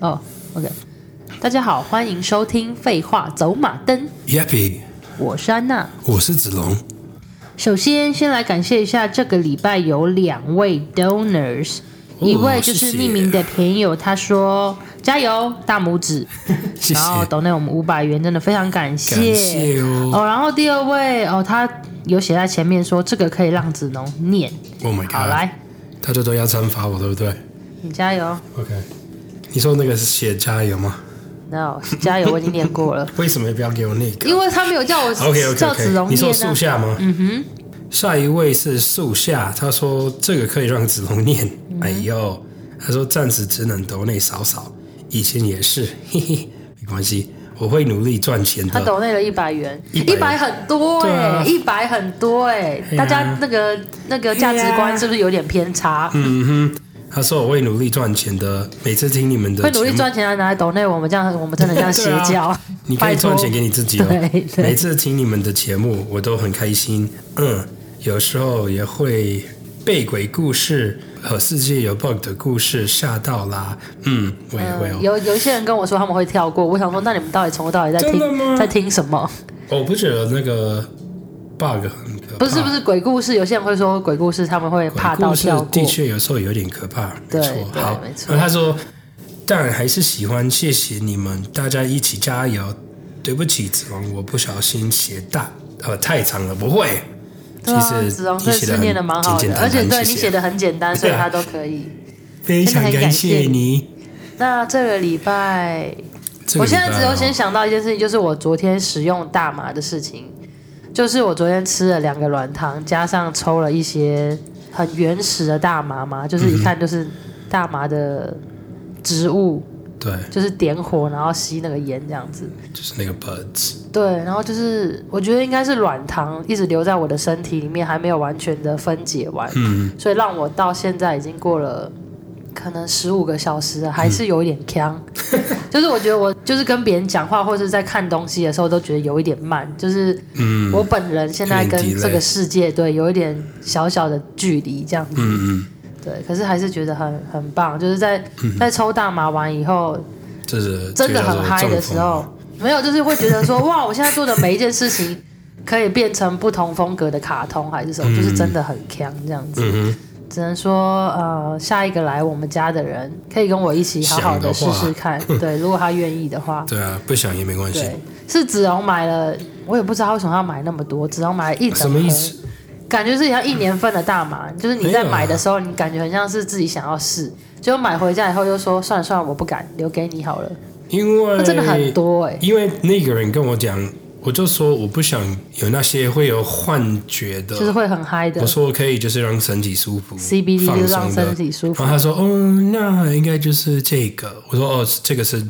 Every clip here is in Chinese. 哦，OK，大家好，欢迎收听《废话走马灯》， Yappy，我是安娜。我是子龙。首先，先来感谢一下，这个礼拜有两位 donors，、哦一位就是谢谢匿名的朋友，他说加油，大拇指，谢谢然后 donate 我们五百元，真的非常感谢感谢哦然后第二位哦，他有写在前面说这个可以让子龙念， Oh my god！好来，大家都要惩罚我，对不对你加油？OK，你说那个是写加油吗？ ，no 加油，我已经念过了，为什么不要给我那个因为他没有叫 我？OK OK 叫子 OK，龙你念说啊树下吗？嗯哼。下一位是树下，他说这个可以让子龙念。嗯哎呦，他说暂时只能抖内少少，以前也是， 嘿嘿，没关系，我会努力赚钱他的。抖内了一百元， 100一百很多对哎、啊欸，一百、很多哎、对大啊家那个那个价值观是不是有点偏差？嗯哼，他说我会努力赚钱的，每次听你们的会节努力目赚钱来啊拿来抖内，我们这样我们真的像邪对教啊。 你可拜以托赚钱给你自己哦对。对每次听你们的节目，我都很开心。嗯，有时候也会被鬼故事和世界有 bug 的故事吓到啦。嗯，我也会嗯哦。有有一些人跟我说他们会跳过，我想说，那你们到底从头到尾在真的听吗在听什么？我哦不觉得那个 bug 很可怕。不是不是鬼故事，有些人会说鬼故事他们会怕鬼到故事跳过的。确有时候有点可怕，没对错。对好没，错那他说，但还是喜欢，谢谢你们，大家一起加油。对不起，子龙，我不小心写大，呃，太长了，不会。对啊，其实子龙你这写得字很念的蛮好简的，而简单且单对谢你谢写的很简单，所以对啊他都可以。非常感谢你。那这个礼拜这个我礼拜现哦在只有先想到一件事情，就是我昨天使用大麻的事情，就是我昨天吃了两个软糖，加上抽了一些很原始的大麻嘛，就是嗯一看就是大麻的植物，哦对，就是点火然后吸那个烟这样子。就是那个 buds，对，然后就是我觉得应该是软糖一直留在我的身体里面，还没有完全的分解完，嗯，所以让我到现在已经过了可能十五个小时了，还是有一点呛。 就是我觉得我就是跟别人讲话或者在看东西的时候都觉得有一点慢，就是嗯我本人现在跟有点 delay 这个世界对有一点小小的距离这样子，嗯对，可是还是觉得很很棒，就是在在抽大麻完以后，嗯，这是真的很嗨的时候，，没有，就是会觉得说，哇，我现在做的每一件事情可以变成不同风格的卡通还是什嗯么，就是真的很强这样子。这个叫做中风嗯只能说，呃，下一个来我们家的人可以跟我一起好好的试想的话试看，对，如果他愿意的话哼，， 对啊，不想也没关系。对，是子荣买了，我也不知道为什么要买那么多，子荣买了一什整么意盒，思？感觉是像一年份的大麻，就是你在没有啊买的时候，你感觉很像是自己想要试，结果买回家以后又说算了算了，我不敢，留给你好了，因为那真的很多哎、因为那个人跟我讲，我就说我不想有那些会有幻觉的，就是会很嗨的我。说可以就是让身体舒服 CBD 放就松让呃的身体舒服然后他说，哦，那应该就是这个。我说，哦，这个是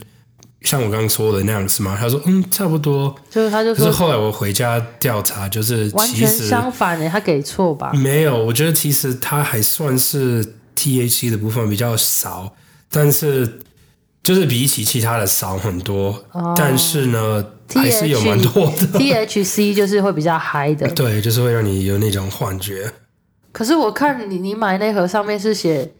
像我刚刚说的那样是吗？他说，嗯，差不多。就是他就可是说后来我回家调查，就是完其全实相反哎的、他给错吧？没有，我觉得其实它还算是 THC 的部分比较少，但是就是比起其他的少很多。哦但是呢，还是有蛮多的。 THC 就是会比较嗨的，对，就是会让你有那种幻觉。可是我看你你买那盒上面是写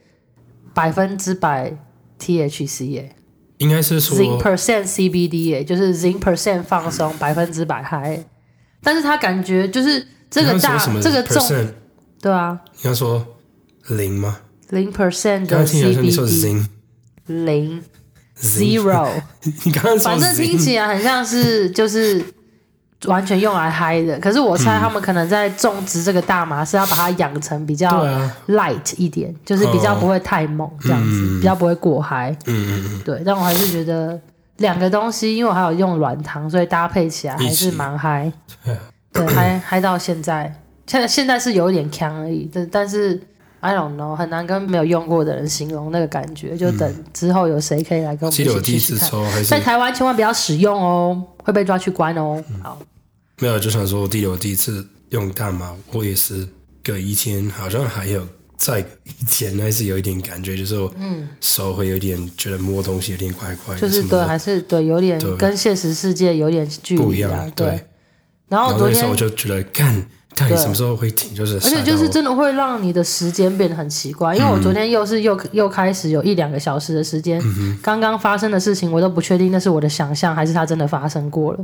百分之百 THC 耶、应该是说 z i n percent CBD 耶、就是 Zin percent 放松，百分之百嗨耶。但是他感觉就是这个你刚大刚说什么这个重 percent，对啊，你要说零吗？零 percent 刚的刚听起来说你说嗯 CBD 零，零 E zero。 你刚刚说反正听 zing 起来很像是就是完全用来嗨的，可是我嗯猜他们可能在种植这个大麻是要把它养成比较对啊， light 一点，就是比较不会太猛这样子，比较不会过嗨。哦嗯嗯对，但我还是觉得两个东西，因为我还有用软糖，所以搭配起来还一是起蛮嗨。 对，嗨嗨到现在，现在现在是有点呛而已，但但是 I don't know，很难跟没有用过的人形容那个感觉。就等之后有谁可以来跟我们嗯，记得我一第一起去次看。抽还是在台湾千万不要使用哦，会被抓去关哦。嗯好，没有，就想说我记得我第一次用大麻，我也是隔一天，好像还有再隔一天，还是有一点感觉，就是我手会有点觉得摸东西有点怪怪的，嗯就是什么对，的还是对，有点对跟现实世界有点距不一离啊样。。对对，，然然后后昨那时候天我就觉得，干，看你对什么时候会停，就是而且就是真的会让你的时间变得很奇怪，因为我嗯昨天又是又又开始有一两个小时的时间，刚刚发生的事情我都不确定那是我的想象还是它真的发生过了，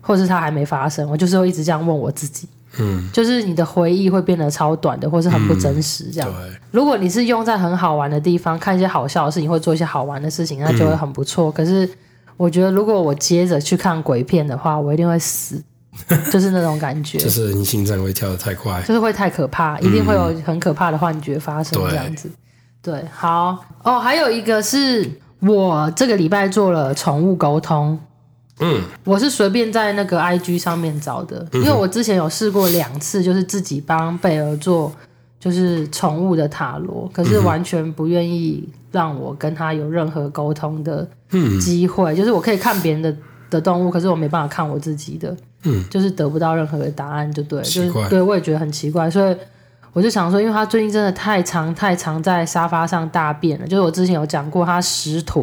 或是它还没发生，我就是会一直这样问我自己。嗯，就是你的回忆会变得超短的，或是很不真实这这样。嗯对，如果你是用在很好玩的地方，看一些好笑的事情，或做一些好玩的事情，那就嗯会很不错。可是我觉得，如果我接着去看鬼片的话，我一定会 死，就是那种感觉。就是你心脏会跳得太快。就是会太可怕，一定会有很可怕的幻觉发生，嗯对这样子。对，好哦，还有一个是我这个礼拜做了宠物沟通，嗯，我是随便在那个 IG 上面找的，因为我之前有试过两次，就是自己帮贝儿做就是宠物的塔罗，可是完全不愿意让我跟他有任何沟通的机会，嗯就是我可以看别人的的动物，可是我没办法看我自己的，嗯，就是得不到任何的答案，就对了，就奇是怪对我也觉得很奇怪，所以。我就想说，因为他最近真的太常太常在沙发上大便了，就是我之前有讲过，他十坨，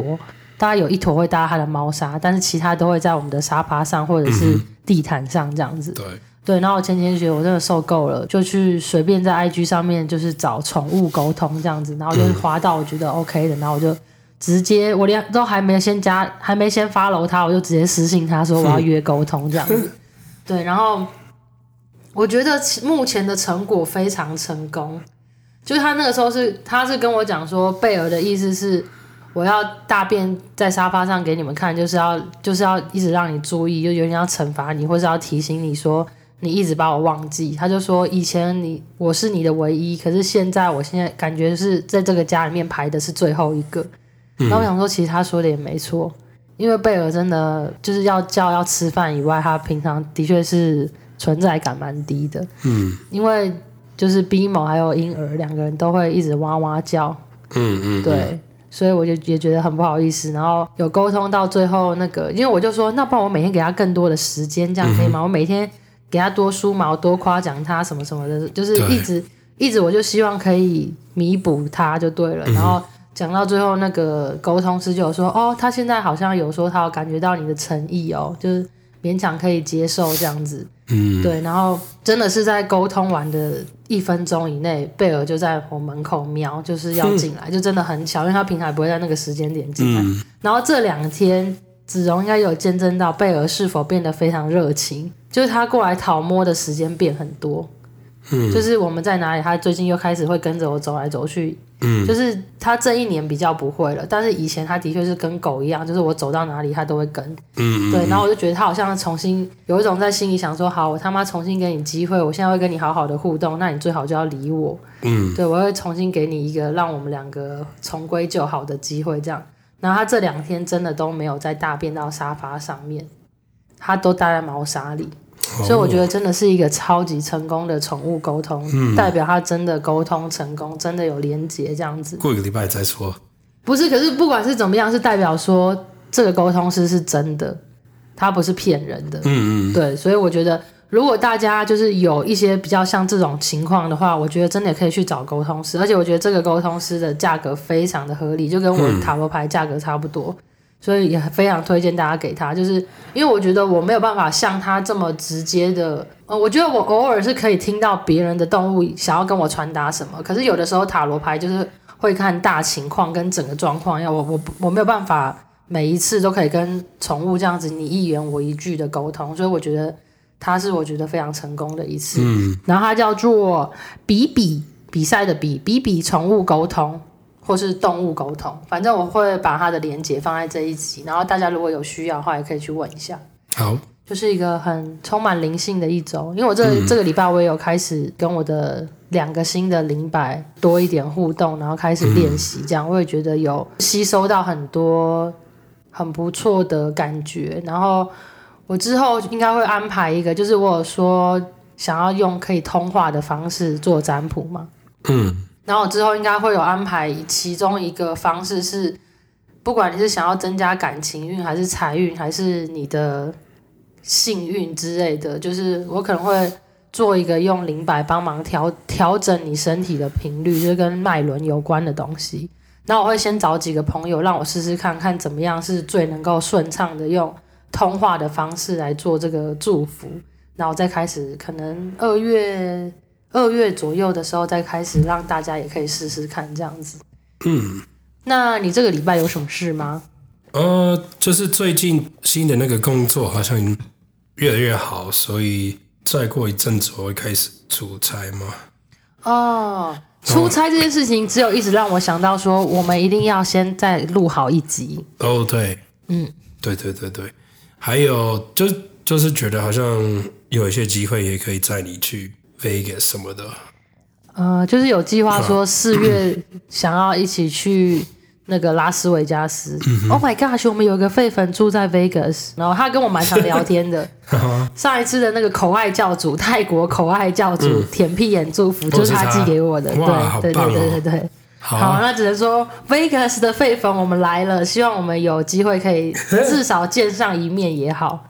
大概有一坨会搭他的猫砂，但是其他都会在我们的沙发上或者嗯是地毯上这样子。对，对，然后我前几天觉得我真的受够了，就去随便在 IG 上面就是找宠物沟通这样子，然后就是滑到我觉得 OK 的，然后我就直接我连都还没先加，还没先发楼他，我就直接私信他说我要约沟通这样子。对，然后我觉得其目前的成果非常成功，就是他那个时候是他是跟我讲说贝尔的意思是。我要大便在沙发上给你们看，就是要就是要一直让你注意，就有点要惩罚你，或是要提醒你说你一直把我忘记。他就说以前你我是你的唯一，可是现在我现在感觉是在这个家里面排的是最后一个。嗯然后我想说，其实他说的也没错，因为贝尔真的就是要叫要吃饭以外，他平常的确是存在感蛮低的。嗯因为就是比某还有婴儿两个人都会一直哇哇叫，嗯嗯，对，所以我就也觉得很不好意思。然后有沟通到最后那个，因为我就说，那不然我每天给他更多的时间，这嗯样可以吗？我每天给他多梳毛，多夸奖他什么什么的，就是对一直一直，我就希望可以弥补他就对嗯了。然后讲到最后，那个沟通师就有说，哦，他现在好像有说他有感觉到你的诚意哦，就是勉强可以接受这样子。嗯，对，然后真的是在沟通完的一分钟以内，贝尔就在我门口瞄，就是要进来，就真的很巧，因为他平常也不会在那个时间点进来。嗯然后这两天，子荣应该有见证到贝尔是否变得非常热情，就是他过来讨摸的时间变很多。嗯就是我们在哪里，他最近又开始会跟着我走来走去。嗯，就是他这一年比较不会了，但是以前他的确是跟狗一样，就是我走到哪里他都会跟。嗯对，然后我就觉得他好像重新有一种在心里想说，好，我他妈重新给你机会，我现在会跟你好好的互动，那你最好就要理我。嗯，对我会重新给你一个让我们两个重归旧好的机会，这样。然后他这两天真的都没有再大便到沙发上面，他都待在毛沙里，所以我觉得得真的是一个超级成功的宠物沟通，嗯代表他真的沟通成功，真的有连结这样子。过一个礼拜再说。不是，可是不管是怎么样，是代表说这个沟通师是真的，他不是骗人的。嗯嗯，对，所以我觉得，如果大家就是有一些比较像这种情况的话，我觉得真的可以去找沟通师，而且我觉得这个沟通师的价格非常的合理，就跟我塔罗牌价格差不多，所以也非常推荐大家给他，就是因为我觉得我没有办法像他这么直接的，呃，我觉得我偶尔是可以听到别人的动物想要跟我传达什么，可是有的时候塔罗牌就是会看大情况跟整个状况，要我我我没有办法。每一次都可以跟宠物这样子你一言我一句的沟通，所以我觉得它是我觉得非常成功的一次。嗯，然后它叫做比比比赛的比比比宠物沟通或是动物沟通，反正我会把它的连接放在这一集，然后大家如果有需要的话也可以去问一下。好，就是一个很充满灵性的一周，因为我这、嗯这个礼拜我也有开始跟我的两个新的灵摆多一点互动，然后开始练习，这样、我也觉得有吸收到很多很不错的感觉。然后我之后应该会安排一个，就是我有说想要用可以通话的方式做占卜嘛，嗯然后我之后应该会有安排，其中一个方式是，不管你是想要增加感情运，还是财运，还是你的幸运之类的，就是我可能会做一个用灵摆帮忙调调整你身体的频率，就是跟脉轮有关的东西。那我会先找几个朋友，让我试试看看怎么样是最能够顺畅的用通话的方式来做这个祝福。然后再开始可能二月二月左右的时候再开始让大家也可以试试看这样子。嗯，那你这个礼拜有什么事吗？呃，就是最近新的那个工作好像越来越好，所以再过一阵子我会开始出差嘛。哦，出差这件事情只有一直让我想到说，我们一定要先再录好一集。哦，对，嗯，对对对对，还有就就是觉得好像有一些机会也可以载你去 Vegas 什么的。呃，就是有计划说四月想要一起去那个拉斯维加斯。oh 嗯 my gosh，我们有一个废粉住在 Vegas，然后他跟我蛮常聊天 的。上一次的那个口爱教主，泰国口爱教主、嗯舔屁眼祝福，就是他寄给我的。哦哇好对对棒哦对对对对。好好，啊，那只能说 Vegas 的废粉我们来了，希望我们有机会可以至少见上一面也 好，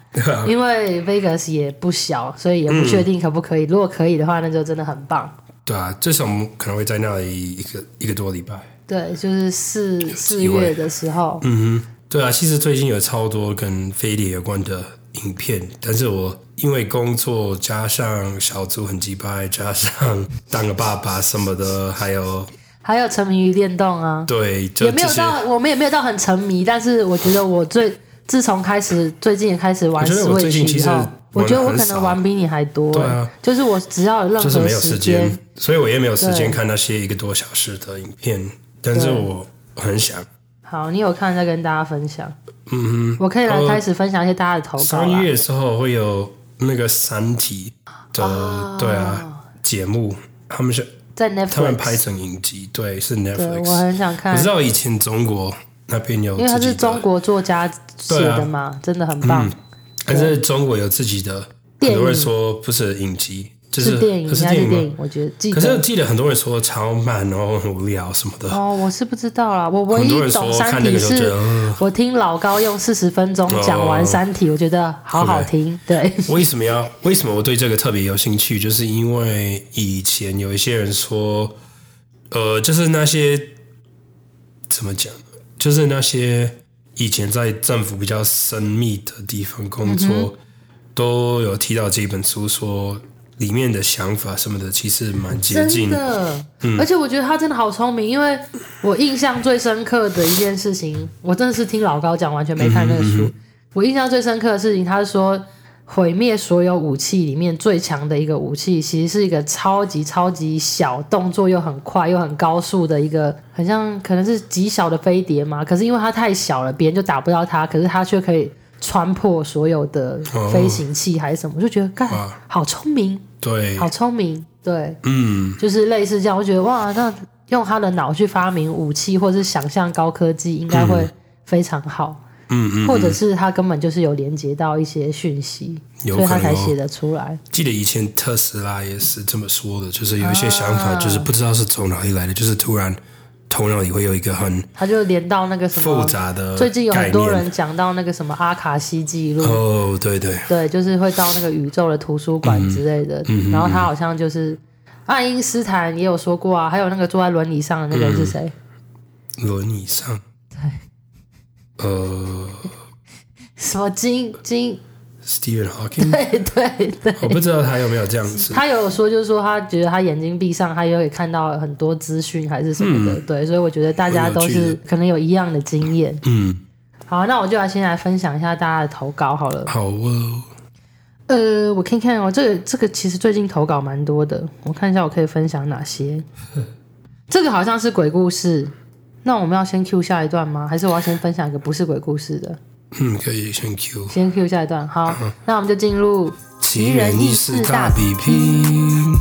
因为 Vegas 也不小，所以也不确定可不可以。如果可以的话，那就真的很棒。对啊，至少我们可能会在那里一个一个多礼拜。对，就是四四机会月的时候，嗯哼，对啊，其实最近有超多跟飞碟有关的影片，但是我因为工作加上小猪很鸡掰，加上当个爸爸什么的，还有还有沉迷于电动啊，对，就也没这有些。到我们也没有到很沉迷，但是我觉得我最自从开始最近也开始玩我觉得我最近 Switch 其以实后，我觉得我玩得可很能少玩比你还多、对啊就是我只要有任就是何没有时间间，，所以我也没有时间看那些一个多小时的影片，但是我很想。好，你有看再跟大家分享。嗯我可以来开始分享一些大家的投哼，稿啦三月的时候会有那个《三体》的、对啊节目，他们是在他们 Netflix，拍成影集，对，是对我 Netflix。很想我看知，道以前中国那边有，因为自他己是的，啊嗯中国作家写的嘛，真的很棒。但是中国有自己的，电很影多人说不是影集，就是是电影，可应是该是电电影影，吗？我觉得记可是我得。记得很多人说超慢，然后很无聊什么的。哦，我是不知道啦，我唯很一多人懂说《三看那体个》就觉是得，嗯我听老高用四十分钟讲完《哦三体》，我觉得好好听。对，为什么要？为什么我对这个特别有兴趣？就是因为以前有一些人说，呃，就是那些怎么讲，就是那些以前在政府比较深密的地方工作，嗯都有提到这本书说。里面的想法什么的，其实蛮接近真的，而且我觉得他真的好聪明，因为我印象最深刻的一件事情，我真的是听老高讲，完全没看那个书。我印象最深刻的事情，他是说毁灭所有武器里面最强的一个武器，其实是一个超级超级小、动作又很快又很高速的一个，很像可能是极小的飞碟嘛。可是因为它太小了，别人就打不到它，可是它却可以穿破所有的飞行器还是什么，我就觉得干哇好聪明，对，好聪明，对。嗯，就是类似这样，我觉得哇，那用他的脑去发明武器，或者是想象高科技，应该会非常好。嗯嗯，或者是他根本就是有连接到一些讯息，有所以他可能才哦写得出来。记得以前特斯拉也是这么说的，就是有一些想法，就是不知道是从哪里来的，就是突然头脑里会有一个很他就连到那个什复么，杂的哦最近有很多概念人讲到那个什么阿卡西记录，哦，对对，对，就是会到那个宇宙的图书馆之类嗯的。然后他好像就是爱因斯坦也有说过啊，还有那个坐在轮椅上的那个人是谁？嗯轮椅上，呃什么金金？ ，Stephen Hawking，对对对。我不知道他有没有这样子，他有说，就是说他觉得他眼睛闭上，他也可以看到很多资讯还是什么的，对，嗯所以我觉得大家都很有是趣可能有一样的经验。嗯，好，那我就来先来分享一下大家的投稿好了。好哦，呃，我看看哦，这个这个其实最近投稿蛮多的，我看一下我可以分享哪些。 这个好像是鬼故事，那我们要先 Q 下一段吗？还是我要先分享一个不是鬼故事的？嗯，可以先 Q，先 Q 下一段， 好，那我们就进入奇人异事大比拼，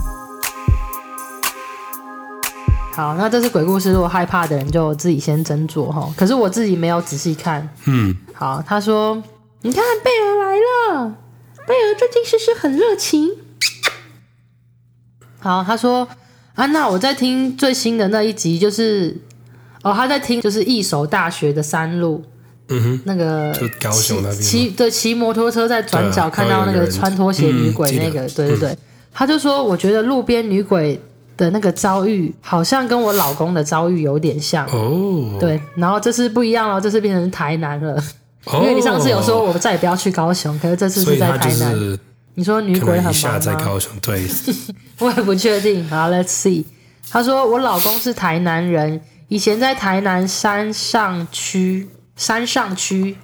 好，那这是鬼故事，如果害怕的人就自己先斟酌哈。可是我自己没有仔细看。嗯，好，他说：“你看贝尔来了，贝尔最近事事很热情。”好，他说：“安娜，我在听最新的那一集，就是哦，他在听就是一手大学的山路嗯哼，那个就高雄那边吗骑对骑摩托车在转角对啊看到那高雄有个人穿拖鞋女鬼那个，嗯记对对对，他就说我觉得路边女鬼的那个遭遇好像跟我老公的遭遇有点像，哦，，对，然后这次不一样哦了，这次变成台南了，因为你上次有说，我再也不要去高雄，可是这次哦哦所是以在他就台南，是你说女可鬼能一很下忙在吗？高雄， 对，我也不确定。好，Let's see。他说我老公是台南人，以前在台南山上区，山上区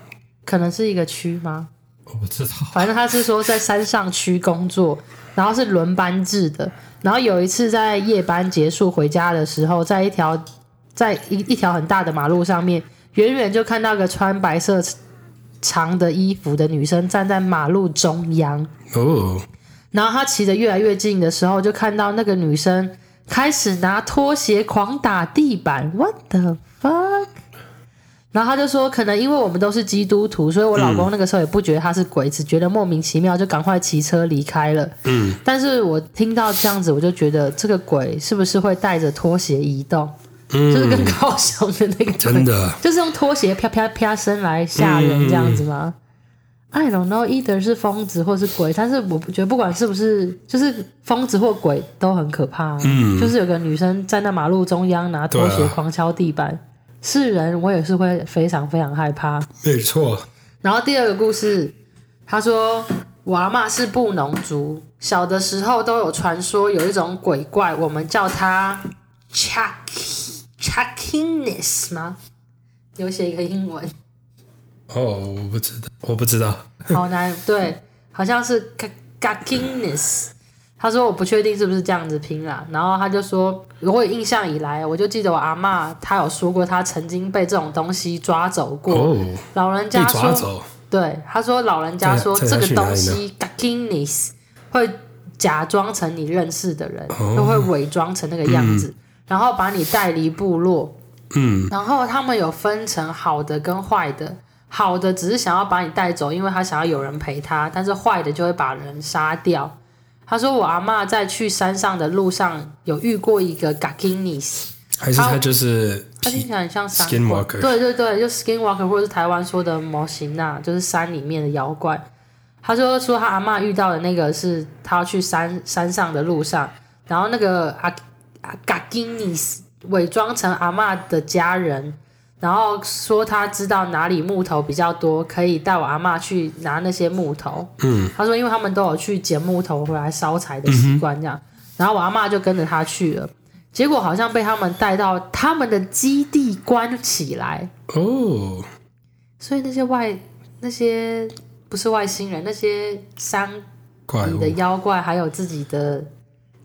可能是一个区吗？我不知道。反正他是说在山上区工作，然后是轮班制的。然后有一次在夜班结束回家的时候，在一条在一一条很大的马路上面，远远就看到个穿白色长的衣服的女生站在马路中央。哦，然后他骑得越来越近的时候，就看到那个女生开始拿拖鞋狂打地板，What the fuck？然后他就说，可能因为我们都是基督徒，所以我老公那个时候也不觉得他是鬼，只觉得莫名其妙，就赶快骑车离开了。嗯，但是我听到这样子，我就觉得这个鬼是不是会带着拖鞋移动？就是跟高雄的那个真的，就是用拖鞋啪啪啪声来吓人这样子嗯吗、i don't know either 是疯子或是鬼，但是我不觉得不管是不是，就是疯子或鬼都很可怕、啊。嗯，就是有个女生站在马路中央拿拖对鞋啊狂敲地板，是人我也是会非常非常害怕。没错，然后第二个故事，他说我阿妈是布农族，小的时候都有传说有一种鬼怪，我们叫它 Chucky Chuckiness 吗？有写一个英 文，哦，我不知道，我不知道，好难，对，好像是 Gaginess。他说我不确定是不是这样子拼啦，然后他就说，如果有印象以来，我就记得我阿嬷她有说过，她曾经被这种东西抓走过。哦，老人被家说抓，走，对，他说老人家说在这在哪个去东哪里西 gaginis 会假装成你认识的人，哦就会伪装成那个样子，然后把你带离部落。嗯，然后他们有分成好的跟坏的，好的只是想要把你带走，因为他想要有人陪他，但是坏的就会把人杀掉。他说我阿嬷在去山上的路上有遇过一个 gaginis。还是他他就是它听起来很像山 Skinwalker 对对对，就 Skinwalker 或者是台湾说的模型呐，就是山里面的妖怪。他说说他阿嬷遇到的那个是他要去山山上的路上，然后那个阿阿嘎金尼斯伪装成阿嬷的家人，然后说他知道哪里木头比较多，可以带我阿嬷去拿那些木头。嗯，他说因为他们都有去捡木头回来烧柴的习惯这样，然后我阿嬷就跟着他去了。结果好像被他们带到他们的基地关起来，哦，所以那些外那些不是外星人，那些山怪哦里的物，妖怪还有自己的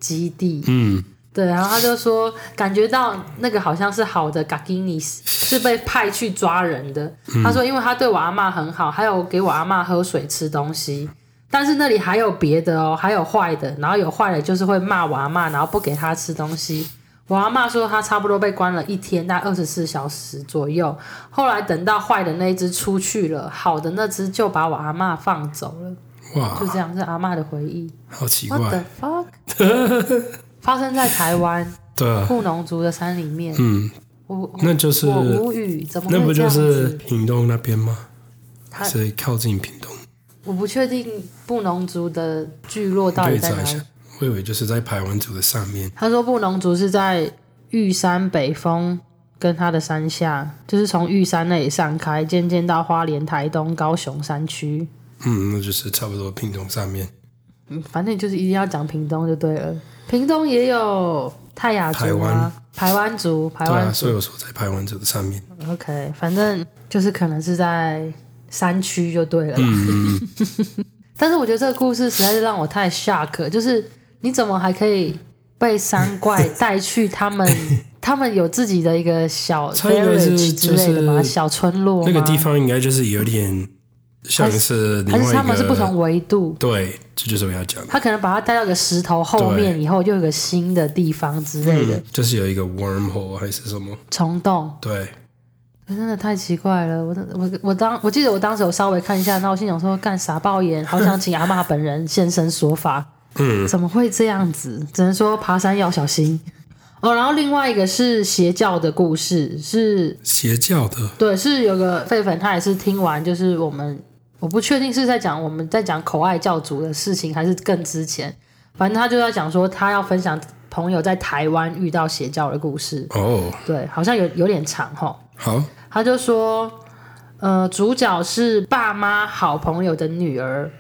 基地。嗯，对，然后他就说，感觉到那个好像是好的 Gaginis 是被派去抓人的。他说，因为他对我阿嬷很好，还有给我阿嬷喝水吃东西。但是那里还有别的哦，还有坏的，然后有坏的就是会骂我阿嬷，然后不给她吃东西。我阿嬷说她差不多被关了一天，大概二十四小时左右。后来等到坏的那一只出去了，好的那只就把我阿嬷放走了，就哇，这样是阿嬷的回忆。好奇 What the 怪， fuck？发 生在台湾对啊，布农族的山里面，嗯，我我那就是我无语，怎么会那不这就样子？是屏东那边吗？他是靠近屏东，我不确定布农族的聚落到底对在照哪一里下。，我以为就是在排湾族的上面，他说布农族是在玉山北峰跟它的山下，就是从玉山那里散开，渐渐到花莲、台东、高雄山区。嗯，那就是差不多屏东上面，嗯，反正就是一定要讲屏东就对了。屏东也有泰雅台族啊湾，台湾族，台对湾啊，族。所以我说在排湾族的上面， OK，反正就是可能是在山区就对嗯了啦。 但是我觉得这个故事实在是让我太 shock，了就是你怎么还可以被山怪带去他 们？他们有自己的一个小它应该是 village 之类的吗？就是小村落吗？那个地方应该就是有点像是另还外一是个，他们是不同维度？对，这就是我要讲的，他可能把它带到个石头后面以后，又有个新的地方之类的嗯，就是有一个 wormhole 还是什么，虫洞。对，可真的太奇怪了，我我我当我记得我当时有稍微看一下，然后我心想说干傻爆眼，好想请阿嬷本人现身说法，嗯，怎么会这样子？只能说爬山要小心哦。然后另外一个是邪教的故事，是邪教的，对，是有个狒粉，他也是听完，就是我们我不确定是在讲我们在讲口爱教主的事情，还是更之前，反正他就要讲说他要分享朋友在台湾遇到邪教的故事，哦，对，好像有有点长哈。好，他就说，呃，主角是爸妈好朋友的女儿，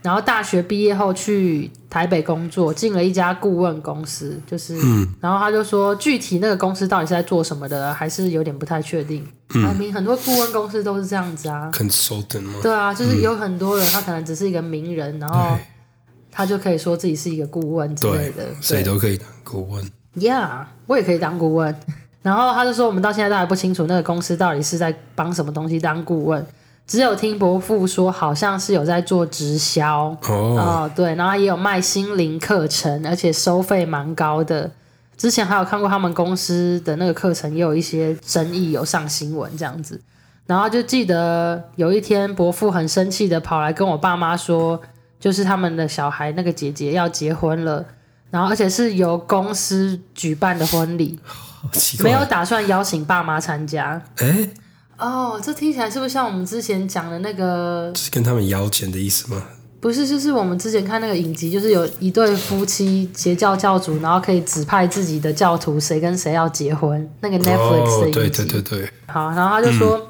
然后大学毕业后去台北工作，进了一家顾问公司，就是，然后他就说具体那个公司到底是在做什么的，还是有点不太确定。排名很多顾问公司都是这样子啊， consultant 吗？对啊，就是有很多人他可能只是一个名人，然后他就可以说自己是一个顾问之类对的，对，谁都可以当顾问。 Yeah，我也可以当顾问。然后他就说，我们到现在都还不清楚那个公司到底是在帮什么东西当顾问，只有听伯父说好像是有在做直销哦，哦，对，然后也有卖心灵课程，而且收费蛮高的。之前还有看过他们公司的那个课程，也有一些争议，有上新闻这样子。然后就记得有一天，伯父很生气的跑来跟我爸妈说，就是他们的小孩那个姐姐要结婚了，然后而且是由公司举办的婚礼，好奇哦没怪。有打算邀请爸妈参加。哎，哦，这听起来是不是像我们之前讲的那个？是跟他们要钱的意思吗？不是，就是我们之前看那个影集，就是有一对夫妻邪教教主，然后可以指派自己的教徒谁跟谁要结婚，那个 Netflix 的哦影，集。对对对对，好，然后他就说，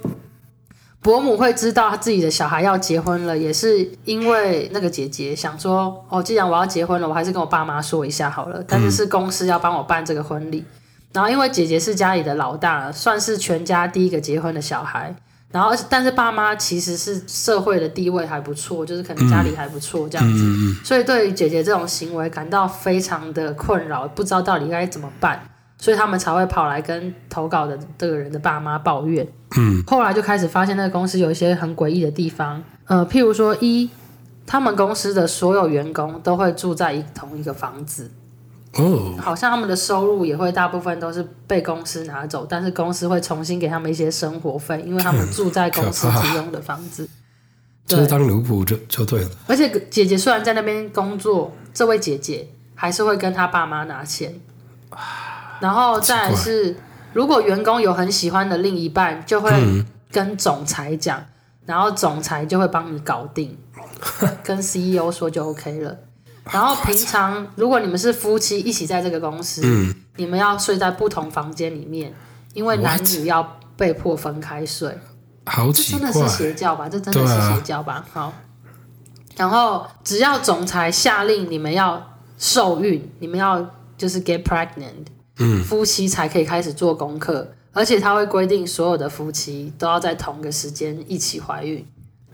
伯母会知道他自己的小孩要结婚了，也是因为那个姐姐想说，哦，既然我要结婚了，我还是跟我爸妈说一下好了。但是是公司要帮我办这个婚礼，然后因为姐姐是家里的老大，算是全家第一个结婚的小孩。然后，但是爸妈其实是社会的地位还不错，就是可能家里还不错这样子，所以对于姐姐这种行为感到非常的困扰，不知道到底该怎么办。所以他们才会跑来跟投稿的这个人的爸妈抱怨。嗯，后来就开始发现那个公司有一些很诡异的地方，呃，譬如说一，他们公司的所有员工都会住在一同一个房子，哦，好像他们的收入也会大部分都是被公司拿走，但是公司会重新给他们一些生活费，因为他们住在公司 可怕提供的房子。对就是当奴仆就就对了。而且姐姐虽然在那边工作，这位姐姐还是会跟她爸妈拿钱。然后再来是，如果员工有很喜欢的另一半，就会跟总裁讲，然后总裁就会帮你搞定，跟 CEO 说就 OK 了。然后平常如果你们是夫妻一起在这个公司，你们要睡在不同房间里面，因为男 What？女要被迫分开睡。好这奇真的是，怪邪教吧？这真的对是啊邪教吧？好，然后只要总裁下令你们要受孕，你们要就是 get pregnant，嗯，夫妻才可以开始做功课，而且他会规定所有的夫妻都要在同个时间一起怀孕。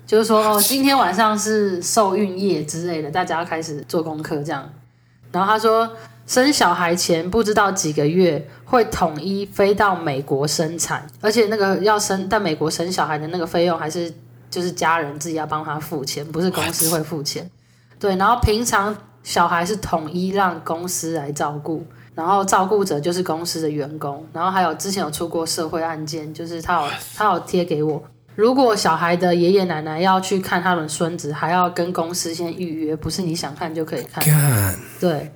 就是说，哦，今天晚上是受孕夜之类的，大家要开始做功课这样。然后他说，生小孩前不知道几个月会统一飞到美国生产，而且那个要生在美国生小孩的那个费用还是就是家人自己要帮他付钱，不是公司会付钱。对，然后平常小孩是统一让公司来照顾，然后照顾者就是公司的员工，然后还有之前有出过社会案件，就是他有他有贴给我。如果小孩的爷爷奶奶要去看他们孙子，还要跟公司先预约，不是你想看就可以看。干，对，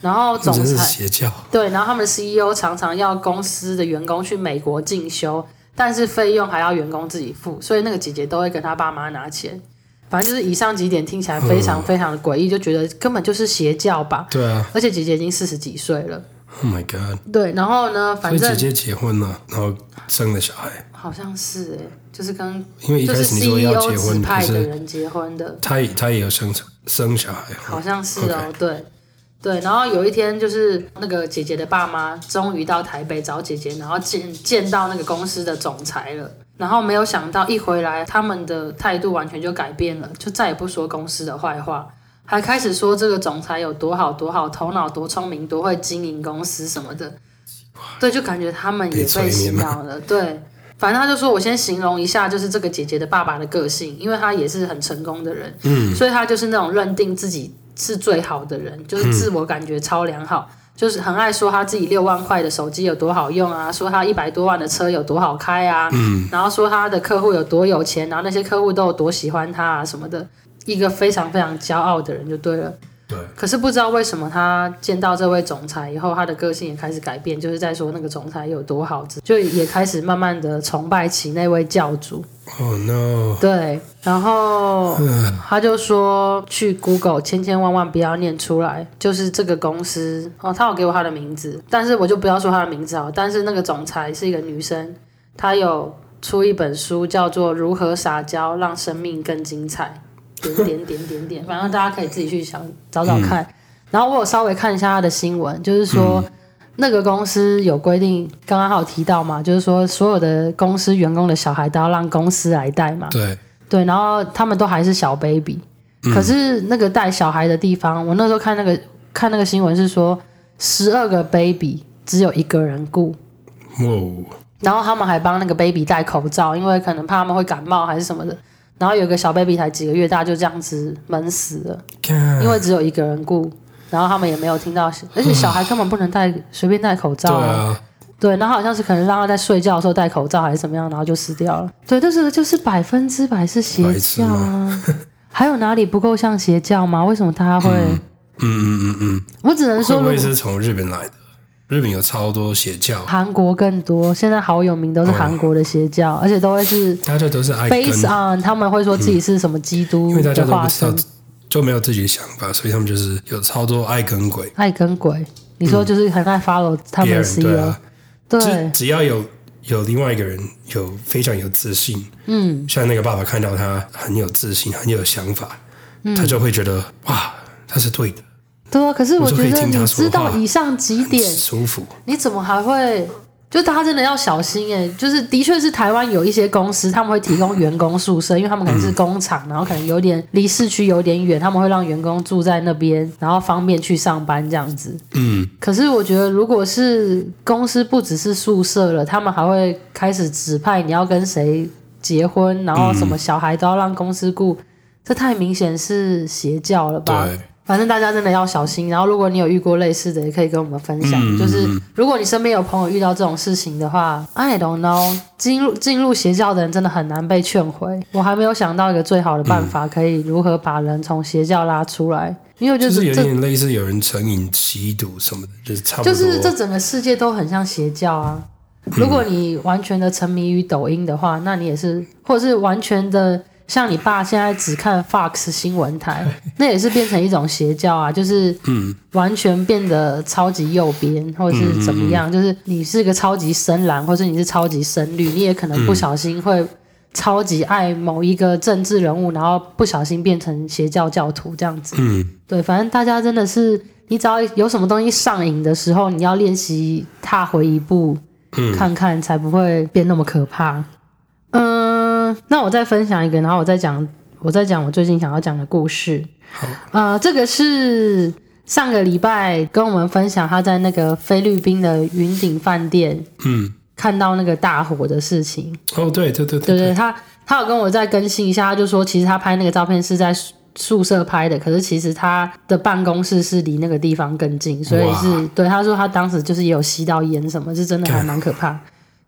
然后总真是裁邪教。对，然后他们的 CEO 常常要公司的员工去美国进修，但是费用还要员工自己付，所以那个姐姐都会跟她爸妈拿钱。反正就是以上几点听起来嗯非常非常的诡异，就觉得根本就是邪教吧。对啊而且姐姐已经四十几岁了， ，Oh my god！对，然后呢，反所以姐正姐结婚了，然后生了小孩，好像是哎、就是跟因为一就开是始你说要 CEO 结指婚，可派的是人结婚的，她也她也有生生小孩，好像是哦对对。然后有一天，就是那个姐姐的爸妈终于到台北找姐姐，然后见见到那个公司的总裁了。然后没有想到一回来，他们的态度完全就改变了，就再也不说公司的坏话，还开始说这个总裁有多好多好，头脑多聪明，多会经营公司什么的。对，就感觉他们也被催被洗眠吗脑了。对，反正他就说，我先形容一下，就是这个姐姐的爸爸的个性，因为他也是很成功的人，嗯，所以他就是那种认定自己是最好的人，嗯就是自我感觉超良好，就是很爱说他自己六万块的手机有多好用啊，说他一百多万的车有多好开啊，嗯，然后说他的客户有多有钱，然后那些客户都有多喜欢他啊什么的，一个非常非常骄傲的人就对了。对，可是不知道为什么，他见到这位总裁以后，他的个性也开始改变，就是在说那个总裁有多好，就也开始慢慢的崇拜起那位教主。 Oh no！对，然后他就说去 Google，千千万万不要念出来，就是这个公司哦，他有给我他的名字，但是我就不要说他的名字好。但是那个总裁是一个女生，她有出一本书叫做《如何撒娇让生命更精彩》，点点点点点，反正大家可以自己去想找找看。然后我有稍微看一下他的新闻，就是说、那个公司有规定，刚刚还有提到嘛，就是说所有的公司员工的小孩都要让公司来带嘛。对，对，然后他们都还是小 baby，、可是那个带小孩的地方，我那时候看那个看那个新闻是说，十二个 baby 只有一个人顾，哇哦，然后他们还帮那个 baby 戴口罩，因为可能怕他们会感冒还是什么的。然后有个小 baby 才几个月大，就这样子闷死了，看因为只有一个人顾，然后他们也没有听到，而且小孩根本不能戴随便戴口罩对啊、啊，对，然后好像是可能让他在睡觉的时候戴口罩还是怎么样，然后就死掉了。对，但是就是百分之百是邪白痴教吗啊！ 还有哪里不够像邪教吗？为什么他会？嗯嗯嗯嗯，我只能会说不，会是从日本来的？日本有超多邪教，韩国更多，现在好有名都是韩国的邪教，而且都会 是大家都是爱跟，嗯 based on 他们会说自己是什么基督因为大家的都化不知道身，就没有自己的想法，所以他们就是有超多爱跟鬼爱跟鬼。你说就是很爱 follow 他嗯别们的人，对 CEO，啊，只对，只要有有另外一个人有非常有自信，嗯，像那个爸爸看到他很有自信，很有想法，嗯他就会觉得哇，他是对的，对啊。可是我我就可以觉得听他你说知道话以上几点，舒服，你怎么还会？就大家真的要小心哎、就是的确是台湾有一些公司，他们会提供员工宿舍，因为他们可能是工厂，然后可能有点离市区有点远，他们会让员工住在那边，然后方便去上班这样子。嗯，可是我觉得，如果是公司不只是宿舍了，他们还会开始指派你要跟谁结婚，然后什么小孩都要让公司顾，这太明显是邪教了吧？对。反正大家真的要小心。然后，如果你有遇过类似的，也可以跟我们分享。嗯就是如果你身边有朋友遇到这种事情的话，I don't know，进入进入邪教的人真的很难被劝回。我还没有想到一个最好的办法，可以如何把人从邪教拉出来，因为我觉就得是有这点类似有人成瘾、吸毒什么的，就是差不多。就是这整个世界都很像邪教啊。如果你完全的沉迷于抖音的话，那你也是，或者是完全的像你爸现在只看 Fox 新闻台，那也是变成一种邪教 啊。就是嗯完全变得超级右边，或者是怎么嗯样，就是你是个超级深蓝，或者你是超级深绿，你也可能不小心会。超级爱某一个政治人物，然后不小心变成邪教教徒这样子。嗯，对，反正大家真的是，你只要有什么东西上瘾的时候，你要练习踏回一步，嗯看看才不会变那么可怕。嗯，那我再分享一个，然后我再讲，我再讲我最近想要讲的故事。好，呃，这个是上个礼拜跟我们分享他在那个菲律宾的云顶饭店嗯，看到那个大火的事情。哦，对对对对对对，他他有跟我再更新一下，他就说其实他拍那个照片是在宿宿舍拍的，可是其实他的办公室是离那个地方更近，所以哇是对他说他当时就是也有吸到烟什么，是真的还蛮可怕。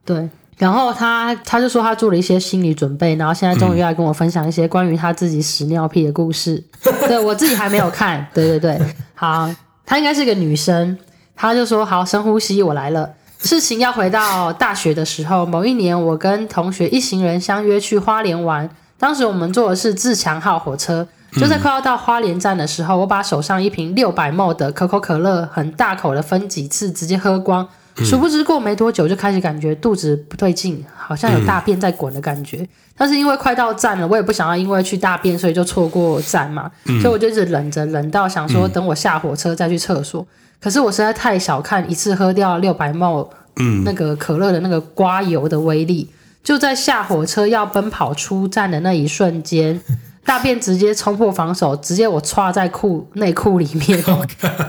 对，然后他他就说他做了一些心理准备，然后现在终于要来跟我分享一些关于他自己屎尿屁的故事。对我自己还没有看，对对对，好，她应该是个女生，她就说好，深呼吸，我来了。事情要回到大学的时候，某一年，我跟同学一行人相约去花莲玩。当时我们坐的是自强号火车，就在快要到花莲站的时候，我把手上一瓶六百 ml 的可口可乐很大口的分几次，直接喝光。殊不知过没多久就开始感觉肚子不对劲，好像有大便在滚的感觉。但是因为快到站了，我也不想要因为去大便所以就错过站嘛，所以我就一直忍着，忍到想说等我下火车再去厕所。可是我实在太小看一次喝掉六百沫嗯，那个可乐的那个刮油的威力。就在下火车要奔跑出站的那一瞬间，大便直接冲破防守，直接我歘在裤内裤里面。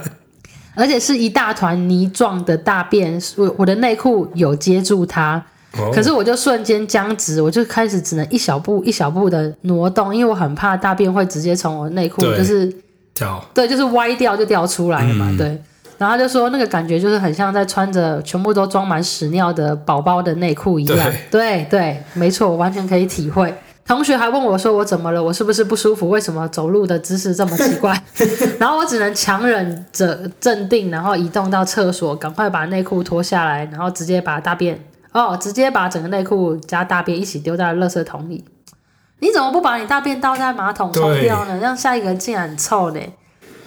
而且是一大团泥状的大便，我我的内裤有接住它，哦可是我就瞬间僵直，我就开始只能一小步一小步的挪动，因为我很怕大便会直接从我内裤对就是叫对，就是歪掉就掉出来了嘛，对。然后他就说那个感觉就是很像在穿着全部都装满屎尿的宝宝的内裤一样，对对，没错，我完全可以体会。同学还问我说我怎么了，我是不是不舒服？为什么走路的姿势这么奇怪？ 然后我只能强忍着镇定，然后移动到厕所，赶快把内裤脱下来，然后直接把大便哦，直接把整个内裤加大便一起丢在垃圾桶里。你怎么不把你大便倒在马桶冲掉呢？让下一个人进来很臭呢。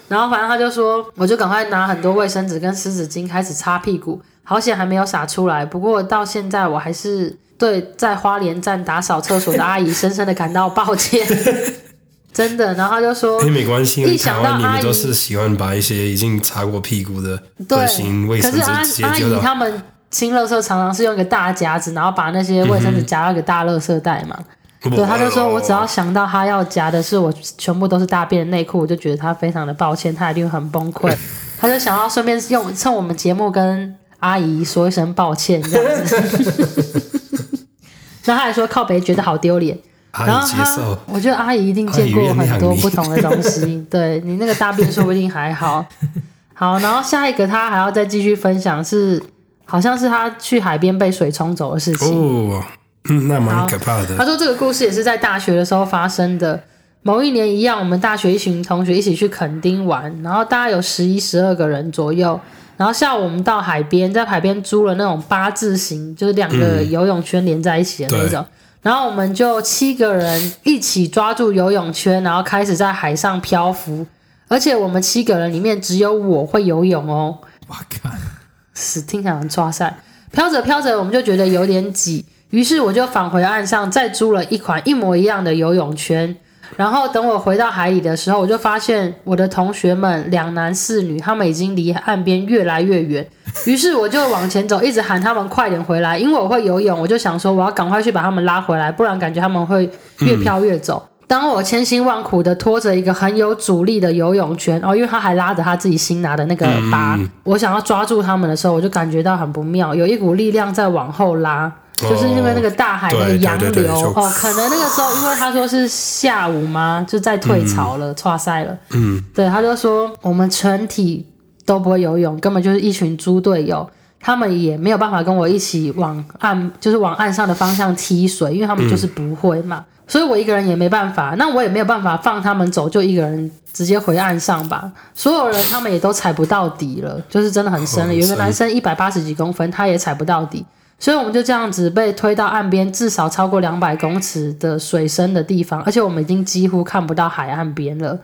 然后反正他就说，我就赶快拿很多卫生纸跟湿纸巾开始擦屁股，好险还没有洒出来。不过到现在我还是对在花莲站打扫厕所的阿姨深深的感到抱歉。 真的。然后他就说哎，，没关系，一台想到湾你阿们姨都是喜欢把一些已经擦过屁股的恶心对，卫可生是阿纸直接阿丢姨到他们清垃圾常常是用一个大夹子，然后把那些卫生纸夹到一个大垃圾袋嘛。对，他就哎说我只要想到他要夹的是我全部都是大便的内裤，我就觉得他非常的抱歉，他一定会很崩 溃。他就想要顺便用趁我们节目跟阿姨说一声抱歉这样子。 然后他还说靠北觉得好丢脸。阿然后姨接他受，，我觉得阿姨一定见过很多不同的东 西，对你那个大便说不定还好。好，然后下一个他还要再继续分享是，好像是他去海边被水冲走的事情。哦，嗯，那蛮好可怕的他。说这个故事也是在大学的时候发生的。某一年一样，我们大学一群同学一起去垦丁玩，然后大概有十一、十二个人左右。然后下午我们到海边，在海边租了那种八字形，就是两个游泳圈连在一起的那种。然后我们就七个人一起抓住游泳圈，然后开始在海上漂浮。而且我们七个人里面只有我会游泳哦。哇靠！死听起来很抓塞。飘着飘着，我们就觉得有点挤，于是我就返回岸上，再租了一款一模一样的游泳圈。然后等我回到海里的时候，我就发现我的同学们两男四女，他们已经离岸边越来越远。于是我就往前走，一直喊他们快点回来，因为我会游泳，我就想说我要赶快去把他们拉回来，不然感觉他们会越飘越走。当我千辛万苦的拖着一个很有阻力的游泳圈，哦，因为他还拉着他自己新拿的那个把，我想要抓住他们的时候，我就感觉到很不妙，有一股力量在往后拉，就是因为那个大海哦那个对洋对对流对就哦，可能那个时候因为他说是下午嘛，就在退潮了，岔赛了，嗯，对，他就说我们全体都不会游泳，根本就是一群猪队友。他们也没有办法跟我一起往岸，就是往岸上的方向踢水，因为他们就是不会嘛，所以我一个人也没办法，那我也没有办法放他们走，就一个人直接回岸上吧。所有人他们也都踩不到底了，就是真的很深了。有一个男生一百八十几公分，他也踩不到底，所以我们就这样子被推到岸边，至少超过两百公尺的水深的地方，而且我们已经几乎看不到海岸边了。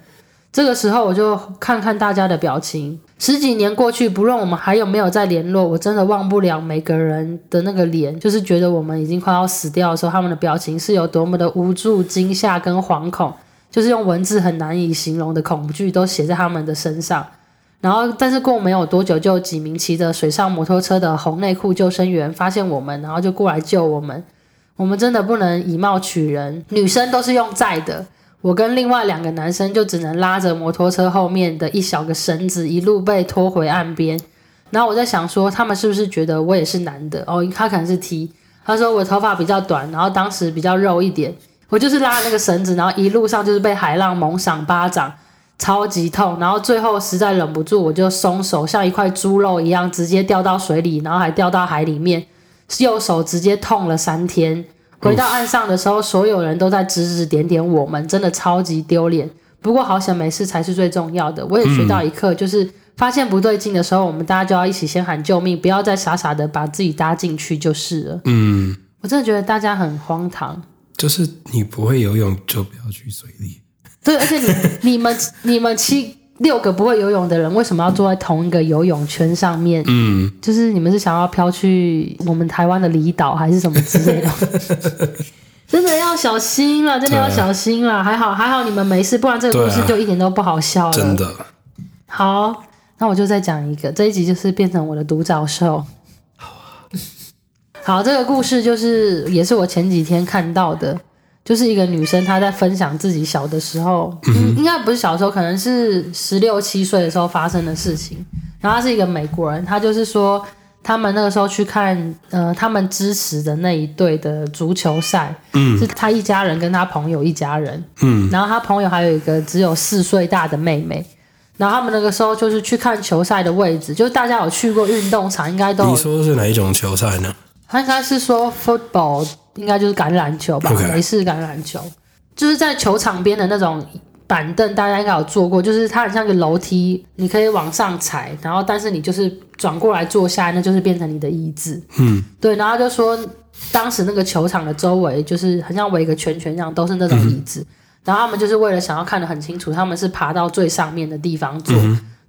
这个时候我就看看大家的表情。十几年过去，不论我们还有没有再联络，我真的忘不了每个人的那个脸，就是觉得我们已经快要死掉的时候，他们的表情是有多么的无助、惊吓跟惶恐，就是用文字很难以形容的恐惧都写在他们的身上。然后，但是过没有多久，就有几名骑着水上摩托车的红内裤救生员发现我们，然后就过来救我们。我们真的不能以貌取人，女生都是用载的。我跟另外两个男生就只能拉着摩托车后面的一小个绳子，一路被拖回岸边。然后我在想说，他们是不是觉得我也是男的？哦，他可能是 T。他说我头发比较短，然后当时比较肉一点，我就是拉那个绳子，然后一路上就是被海浪猛赏巴掌，超级痛。然后最后实在忍不住，我就松手，像一块猪肉一样直接掉到水里，然后还掉到海里面，右手直接痛了三天。回到岸上的时候，所有人都在指指点点我们，真的超级丢脸。不过好险没事才是最重要的。我也学到一课，就是发现不对劲的时候，我们大家就要一起先喊救命，不要再傻傻的把自己搭进去就是了。嗯，我真的觉得大家很荒唐。就是你不会游泳就不要去水里。对，而且你你们 你们七六个不会游泳的人，为什么要坐在同一个游泳圈上面？嗯，就是你们是想要飘去我们台湾的离岛还是什么之类 的？真的要小心了，真的要对啊小心了。还好还好你们没事，不然这个故事对啊就一点都不好笑了。真的好，那我就再讲一个，这一集就是变成我的独角兽。好，这个故事就是也是我前几天看到的，就是一个女生她在分享自己小的时候，嗯、应该不是小时候，可能是十六七岁的时候发生的事情。然后她是一个美国人，她就是说他们那个时候去看呃他们支持的那一队的足球赛，嗯，是她一家人跟她朋友一家人，嗯，然后她朋友还有一个只有四岁大的妹妹。然后他们那个时候就是去看球赛的位置，就是大家有去过运动场，应该都有你说的是哪一种球赛呢？他应该是说 football，应该就是橄榄球吧 OK 美式橄榄球，就是在球场边的那种板凳，大家应该有坐过，就是它很像个楼梯，你可以往上踩，然后但是你就是转过来坐下，那就是变成你的椅子。嗯，对，然后他就说当时那个球场的周围就是很像围一个圈圈一样，都是那种椅子。然后他们就是为了想要看得很清楚，他们是爬到最上面的地方坐。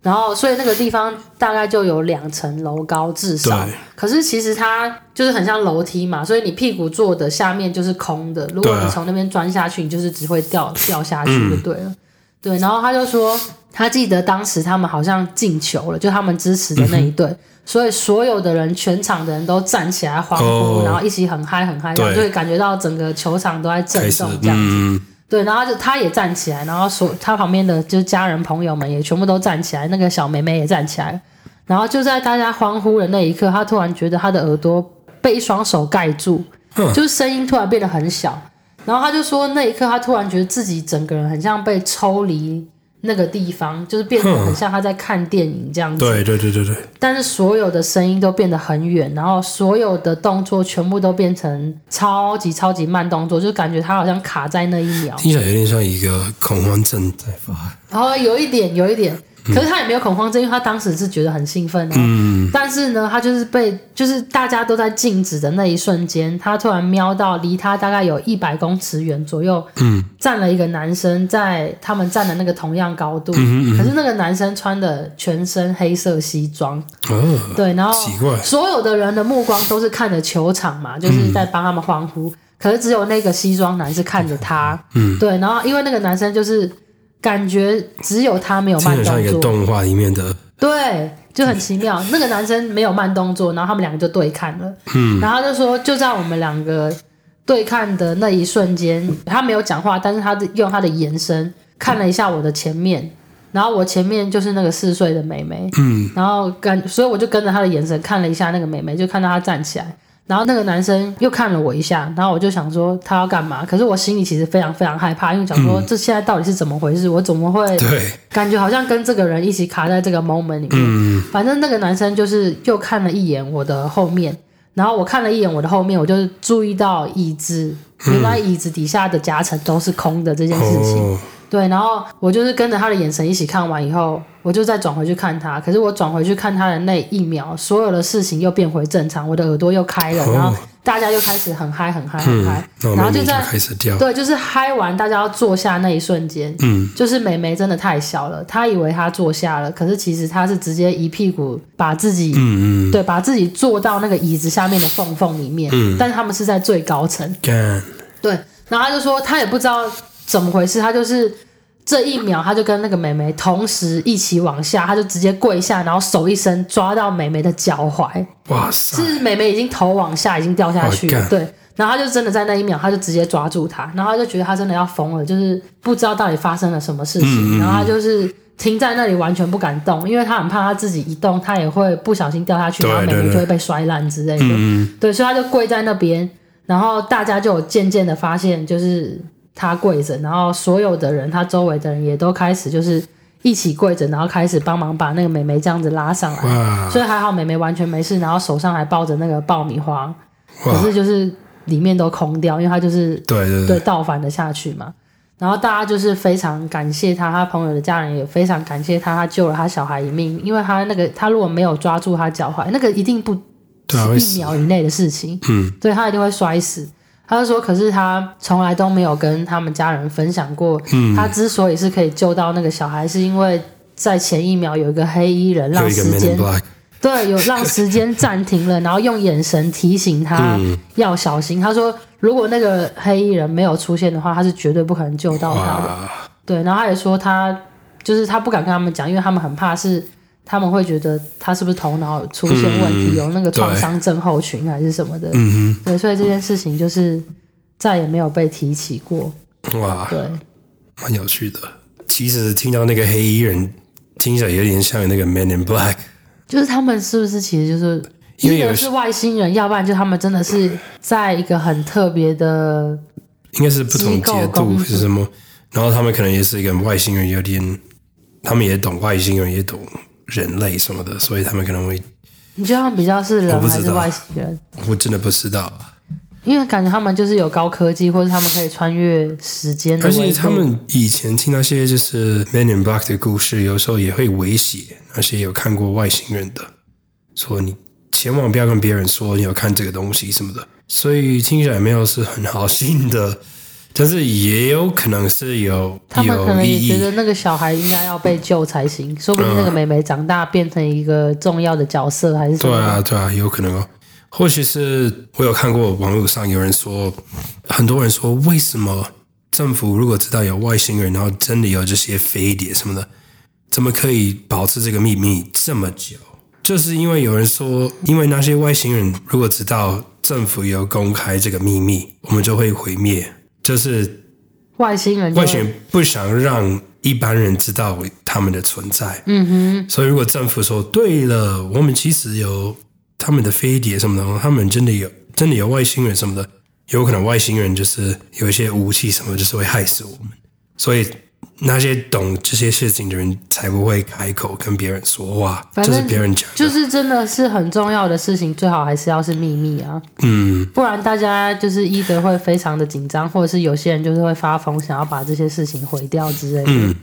然后，所以那个地方大概就有两层楼高，至少对。可是其实它就是很像楼梯嘛，所以你屁股坐的下面就是空的。如果对你啊从那边钻下去，你就是只会掉掉下去就对了。对，然后他就说，他记得当时他们好像进球了，就他们支持的那一嗯队，所以所有的人，全场的人都站起来欢呼，哦然后一起很嗨很嗨，然后对就会感觉到整个球场都在震开始动这样子。嗯，对，然后他就他也站起来，然后所他旁边的就是家人朋友们也全部都站起来，那个小妹妹也站起来了，然后就在大家欢呼的那一刻，他突然觉得他的耳朵被一双手盖住，哼就是声音突然变得很小，然后他就说那一刻他突然觉得自己整个人很像被抽离那个地方，就是变得很像他在看电影这样子，对对对对对，但是所有的声音都变得很远，然后所有的动作全部都变成超级超级慢动作，就感觉他好像卡在那一秒。听起来有点像一个恐慌症在发。然后哦有一点，有一点，可是他也没有恐慌症，因为他当时是觉得很兴奋啊。嗯，但是呢，他就是被，就是大家都在静止的那一瞬间，他突然瞄到离他大概有一百公尺远左右，嗯，站了一个男生，在他们站的那个同样高度，可是那个男生穿的全身黑色西装，哦，对，然后奇怪嗯所有的人的目光都是看着球场嘛，就是在帮他们欢呼。可是只有那个西装男是看着他，嗯，对，然后因为那个男生就是感觉只有他没有听起哦慢来像一个动作，动画里面的，对，就很奇妙。那个男生没有慢动作，然后他们两个就对看了，嗯，然后他就说就在我们两个对看的那一瞬间，他没有讲话，但是他的用他的眼神看了一下我的前面，然后我前面就是那个四岁的妹妹，嗯，然后跟，所以我就跟着她的眼神看了一下那个妹妹，就看到她站起来，然后那个男生又看了我一下，然后我就想说他要干嘛？可是我心里其实非常非常害怕，因为想说这现在到底是怎么回事？我怎么会对，感觉好像跟这个人一起卡在这个 moment 里面？嗯，反正那个男生就是又看了一眼我的后面，然后我看了一眼我的后面，我就注意到椅子，原来椅子底下的夹层都是空的这件事情。嗯哦，对，然后我就是跟着他的眼神一起看完以后，我就再转回去看他。可是我转回去看他的那一秒，所有的事情又变回正常，我的耳朵又开了，哦然后大家又开始很嗨、很嗨、很嗯嗨，，那我哎然后们就就在开始掉，对，就是嗨完大家要坐下那一瞬间，嗯，就是美眉真的太小了，她以为她坐下了，可是其实她是直接一屁股把自己，嗯嗯，对，把自己坐到那个椅子下面的缝缝里面，嗯但是他们是在最高层，干，对，然后他就说他也不知道怎么回事，他就是这一秒他就跟那个美眉同时一起往下，他就直接跪下，然后手一伸抓到美眉的脚踝，哇塞，是美眉已经头往下，已经掉下去了，哦干对。然后他就真的在那一秒，他就直接抓住她，然后他就觉得他真的要疯了，就是不知道到底发生了什么事嗯情，然后他就是停在那里，完全不敢动，因为他很怕他自己一动，他也会不小心掉下去，对然后美对眉对就会被摔烂之类的。嗯，对，所以他就跪在那边，然后大家就有渐渐的发现，就是他跪着，然后所有的人，他周围的人也都开始就是一起跪着，然后开始帮忙把那个美眉这样子拉上来。哇所以还好美眉完全没事，然后手上还抱着那个爆米花，可哇，是就是里面都空掉，因为她就是对对对对，倒反的下去嘛。然后大家就是非常感谢他，他朋友的家人也非常感谢他，他救了他小孩一命，因为他那个他如果没有抓住他脚踝，那个一定不对啊会是死一秒以内的事情，嗯，对他一定会摔死。他就说，可是他从来都没有跟他们家人分享过，嗯他之所以是可以救到那个小孩，是因为在前一秒有一个黑衣人有让一个时 Man 间 in Black，对，有让时间暂停了，然后用眼神提醒他嗯要小心。他说，如果那个黑衣人没有出现的话，他是绝对不可能救到他的。哇，对，然后他也说他就是他不敢跟他们讲，因为他们很怕是他们会觉得他是不是头脑出现问题，有那个创伤症候群还是什么的。嗯对，所以这件事情就是再也没有被提起过。哼，哇，对，蛮有趣的。其实听到那个黑衣人，听起来有点像那个 Man in Black，就是他们是不是其实就是因为一有个的是外星人，要不然就他们真的是在一个很特别的应该是不同机解构嗯读公是什么。然后他们可能也是一个外星人，有点，他们也懂外星人，也懂人类什么的，所以他们可能会，你觉得他们比较是我人不知还是道外星人？我真的不知道。因为感觉他们就是有高科技，或者他们可以穿越时间的而维度。且他们以前听那些就是 Man in Black 的故事，有时候也会威胁那些有看过外星人的，说你千万不要跟别人说你有看这个东西什么的。所以听起来没有是很好信的但是也有可能是有他们可有能意也觉义得那个小孩应该要被救才行，说不定那个妹妹长大变成一个重要的角色还是什对么。啊，对啊，有可能哦。或许是我有看过网络上有人说，很多人说为什么政府如果知道有外星人，然后真的有这些飞碟什么的，怎么可以保持这个秘密这么久？就是因为有人说，因为那些外星人如果知道政府有公开这个秘密，我们就会毁灭。就是外星人就外星人不想让一般人知道他们的存在。嗯哼。所以如果政府说对了，我们其实有他们的飞碟什么的，他们真的有真的有外星人什么的，有可能外星人就是有一些武器什么，就是会害死我们。所以那些懂这些事情的人才不会开口跟别人说话，反就是正别人讲的。就是真的是很重要的事情，最好还是要是秘密啊，嗯，不然大家就是一的会非常的紧张，或者是有些人就是会发疯，想要把这些事情毁掉之类的。嗯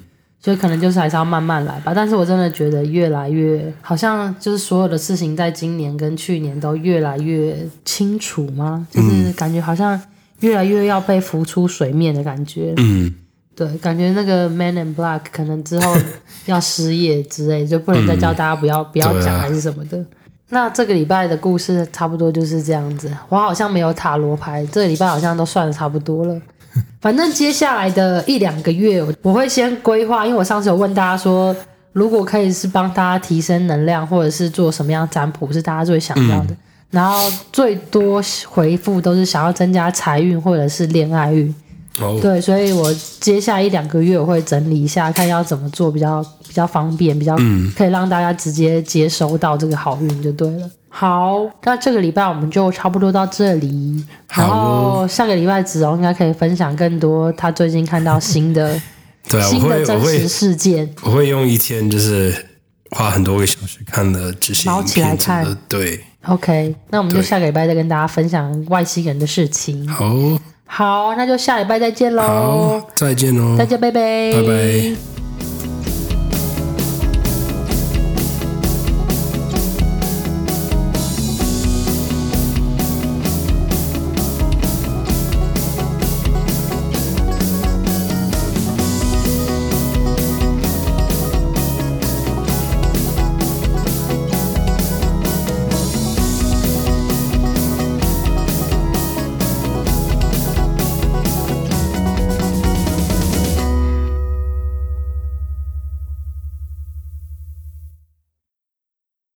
所以可能就是还是要慢慢来吧，但是我真的觉得越来越好像就是所有的事情，在今年跟去年都越来越清楚吗？嗯就是感觉好像越来越要被浮出水面的感觉。嗯，对，感觉那个 Man and Black 可能之后要失业之类，就不能再叫大家不要、不要 对啊讲还是什么的。那这个礼拜的故事差不多就是这样子，我好像没有塔罗牌，这个礼拜好像都算的差不多了。反正接下来的一两个月，我我会先规划，因为我上次有问大家说，如果可以是帮大家提升能量，或者是做什么样占卜是大家最想要的，然后最多回复都是想要增加财运或者是恋爱运。哦，对，所以我接下来一两个月我会整理一下，看要怎么做比较比较方便，比较嗯可以让大家直接接收到这个好运就对了。好，那这个礼拜我们就差不多到这里。然好哦后下个礼拜子荣应该可以分享更多他最近看到新的 对啊，我新的会我真实会事件。我会用一天就是花很多个小时看的这些毛影起来片什么看的，对， OK，那我们就对下个礼拜再跟大家分享外星人的事情。好。好，那就下礼拜再见喽，好，再见喽，哦大家拜拜，拜拜。